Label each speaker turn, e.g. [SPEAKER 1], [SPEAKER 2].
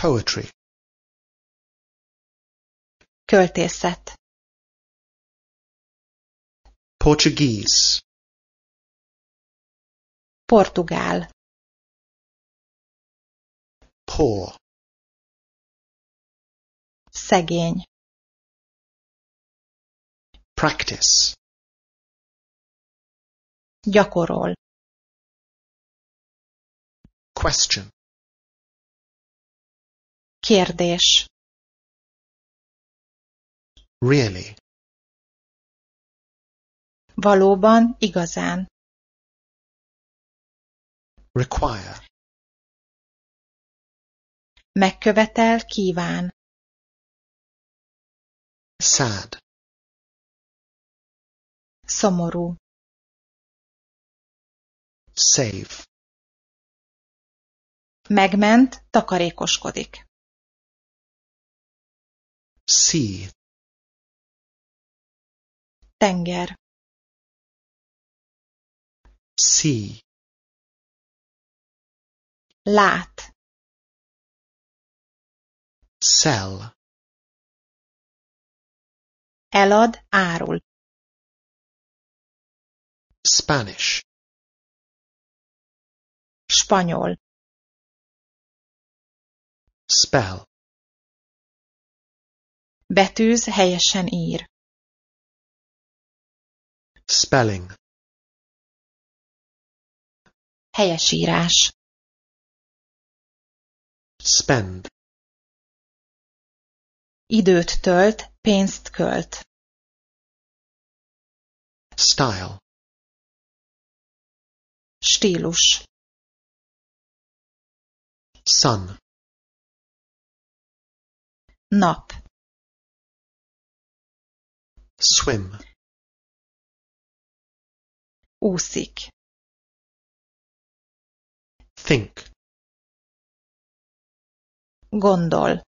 [SPEAKER 1] poetry
[SPEAKER 2] Költészet
[SPEAKER 1] Portuguese
[SPEAKER 2] Portugál
[SPEAKER 1] Poor
[SPEAKER 2] Szegény
[SPEAKER 1] Practice
[SPEAKER 2] Gyakorol
[SPEAKER 1] Question
[SPEAKER 2] Kérdés
[SPEAKER 1] Really
[SPEAKER 2] Valóban, igazán
[SPEAKER 1] Require
[SPEAKER 2] Megkövetel, kíván
[SPEAKER 1] Sad
[SPEAKER 2] Szomorú
[SPEAKER 1] Save
[SPEAKER 2] Megment, takarékoskodik
[SPEAKER 1] Sea
[SPEAKER 2] Tenger
[SPEAKER 1] See
[SPEAKER 2] Lát
[SPEAKER 1] Sell
[SPEAKER 2] Elad, árul
[SPEAKER 1] Spanish
[SPEAKER 2] Spanyol
[SPEAKER 1] Spell
[SPEAKER 2] Betűz, helyesen ír
[SPEAKER 1] Spelling
[SPEAKER 2] Helyesírás
[SPEAKER 1] Spend
[SPEAKER 2] Időt tölt, pénzt költ
[SPEAKER 1] Style
[SPEAKER 2] Stílus
[SPEAKER 1] Sun
[SPEAKER 2] Nap
[SPEAKER 1] Swim
[SPEAKER 2] Úszik
[SPEAKER 1] Think
[SPEAKER 2] Gondol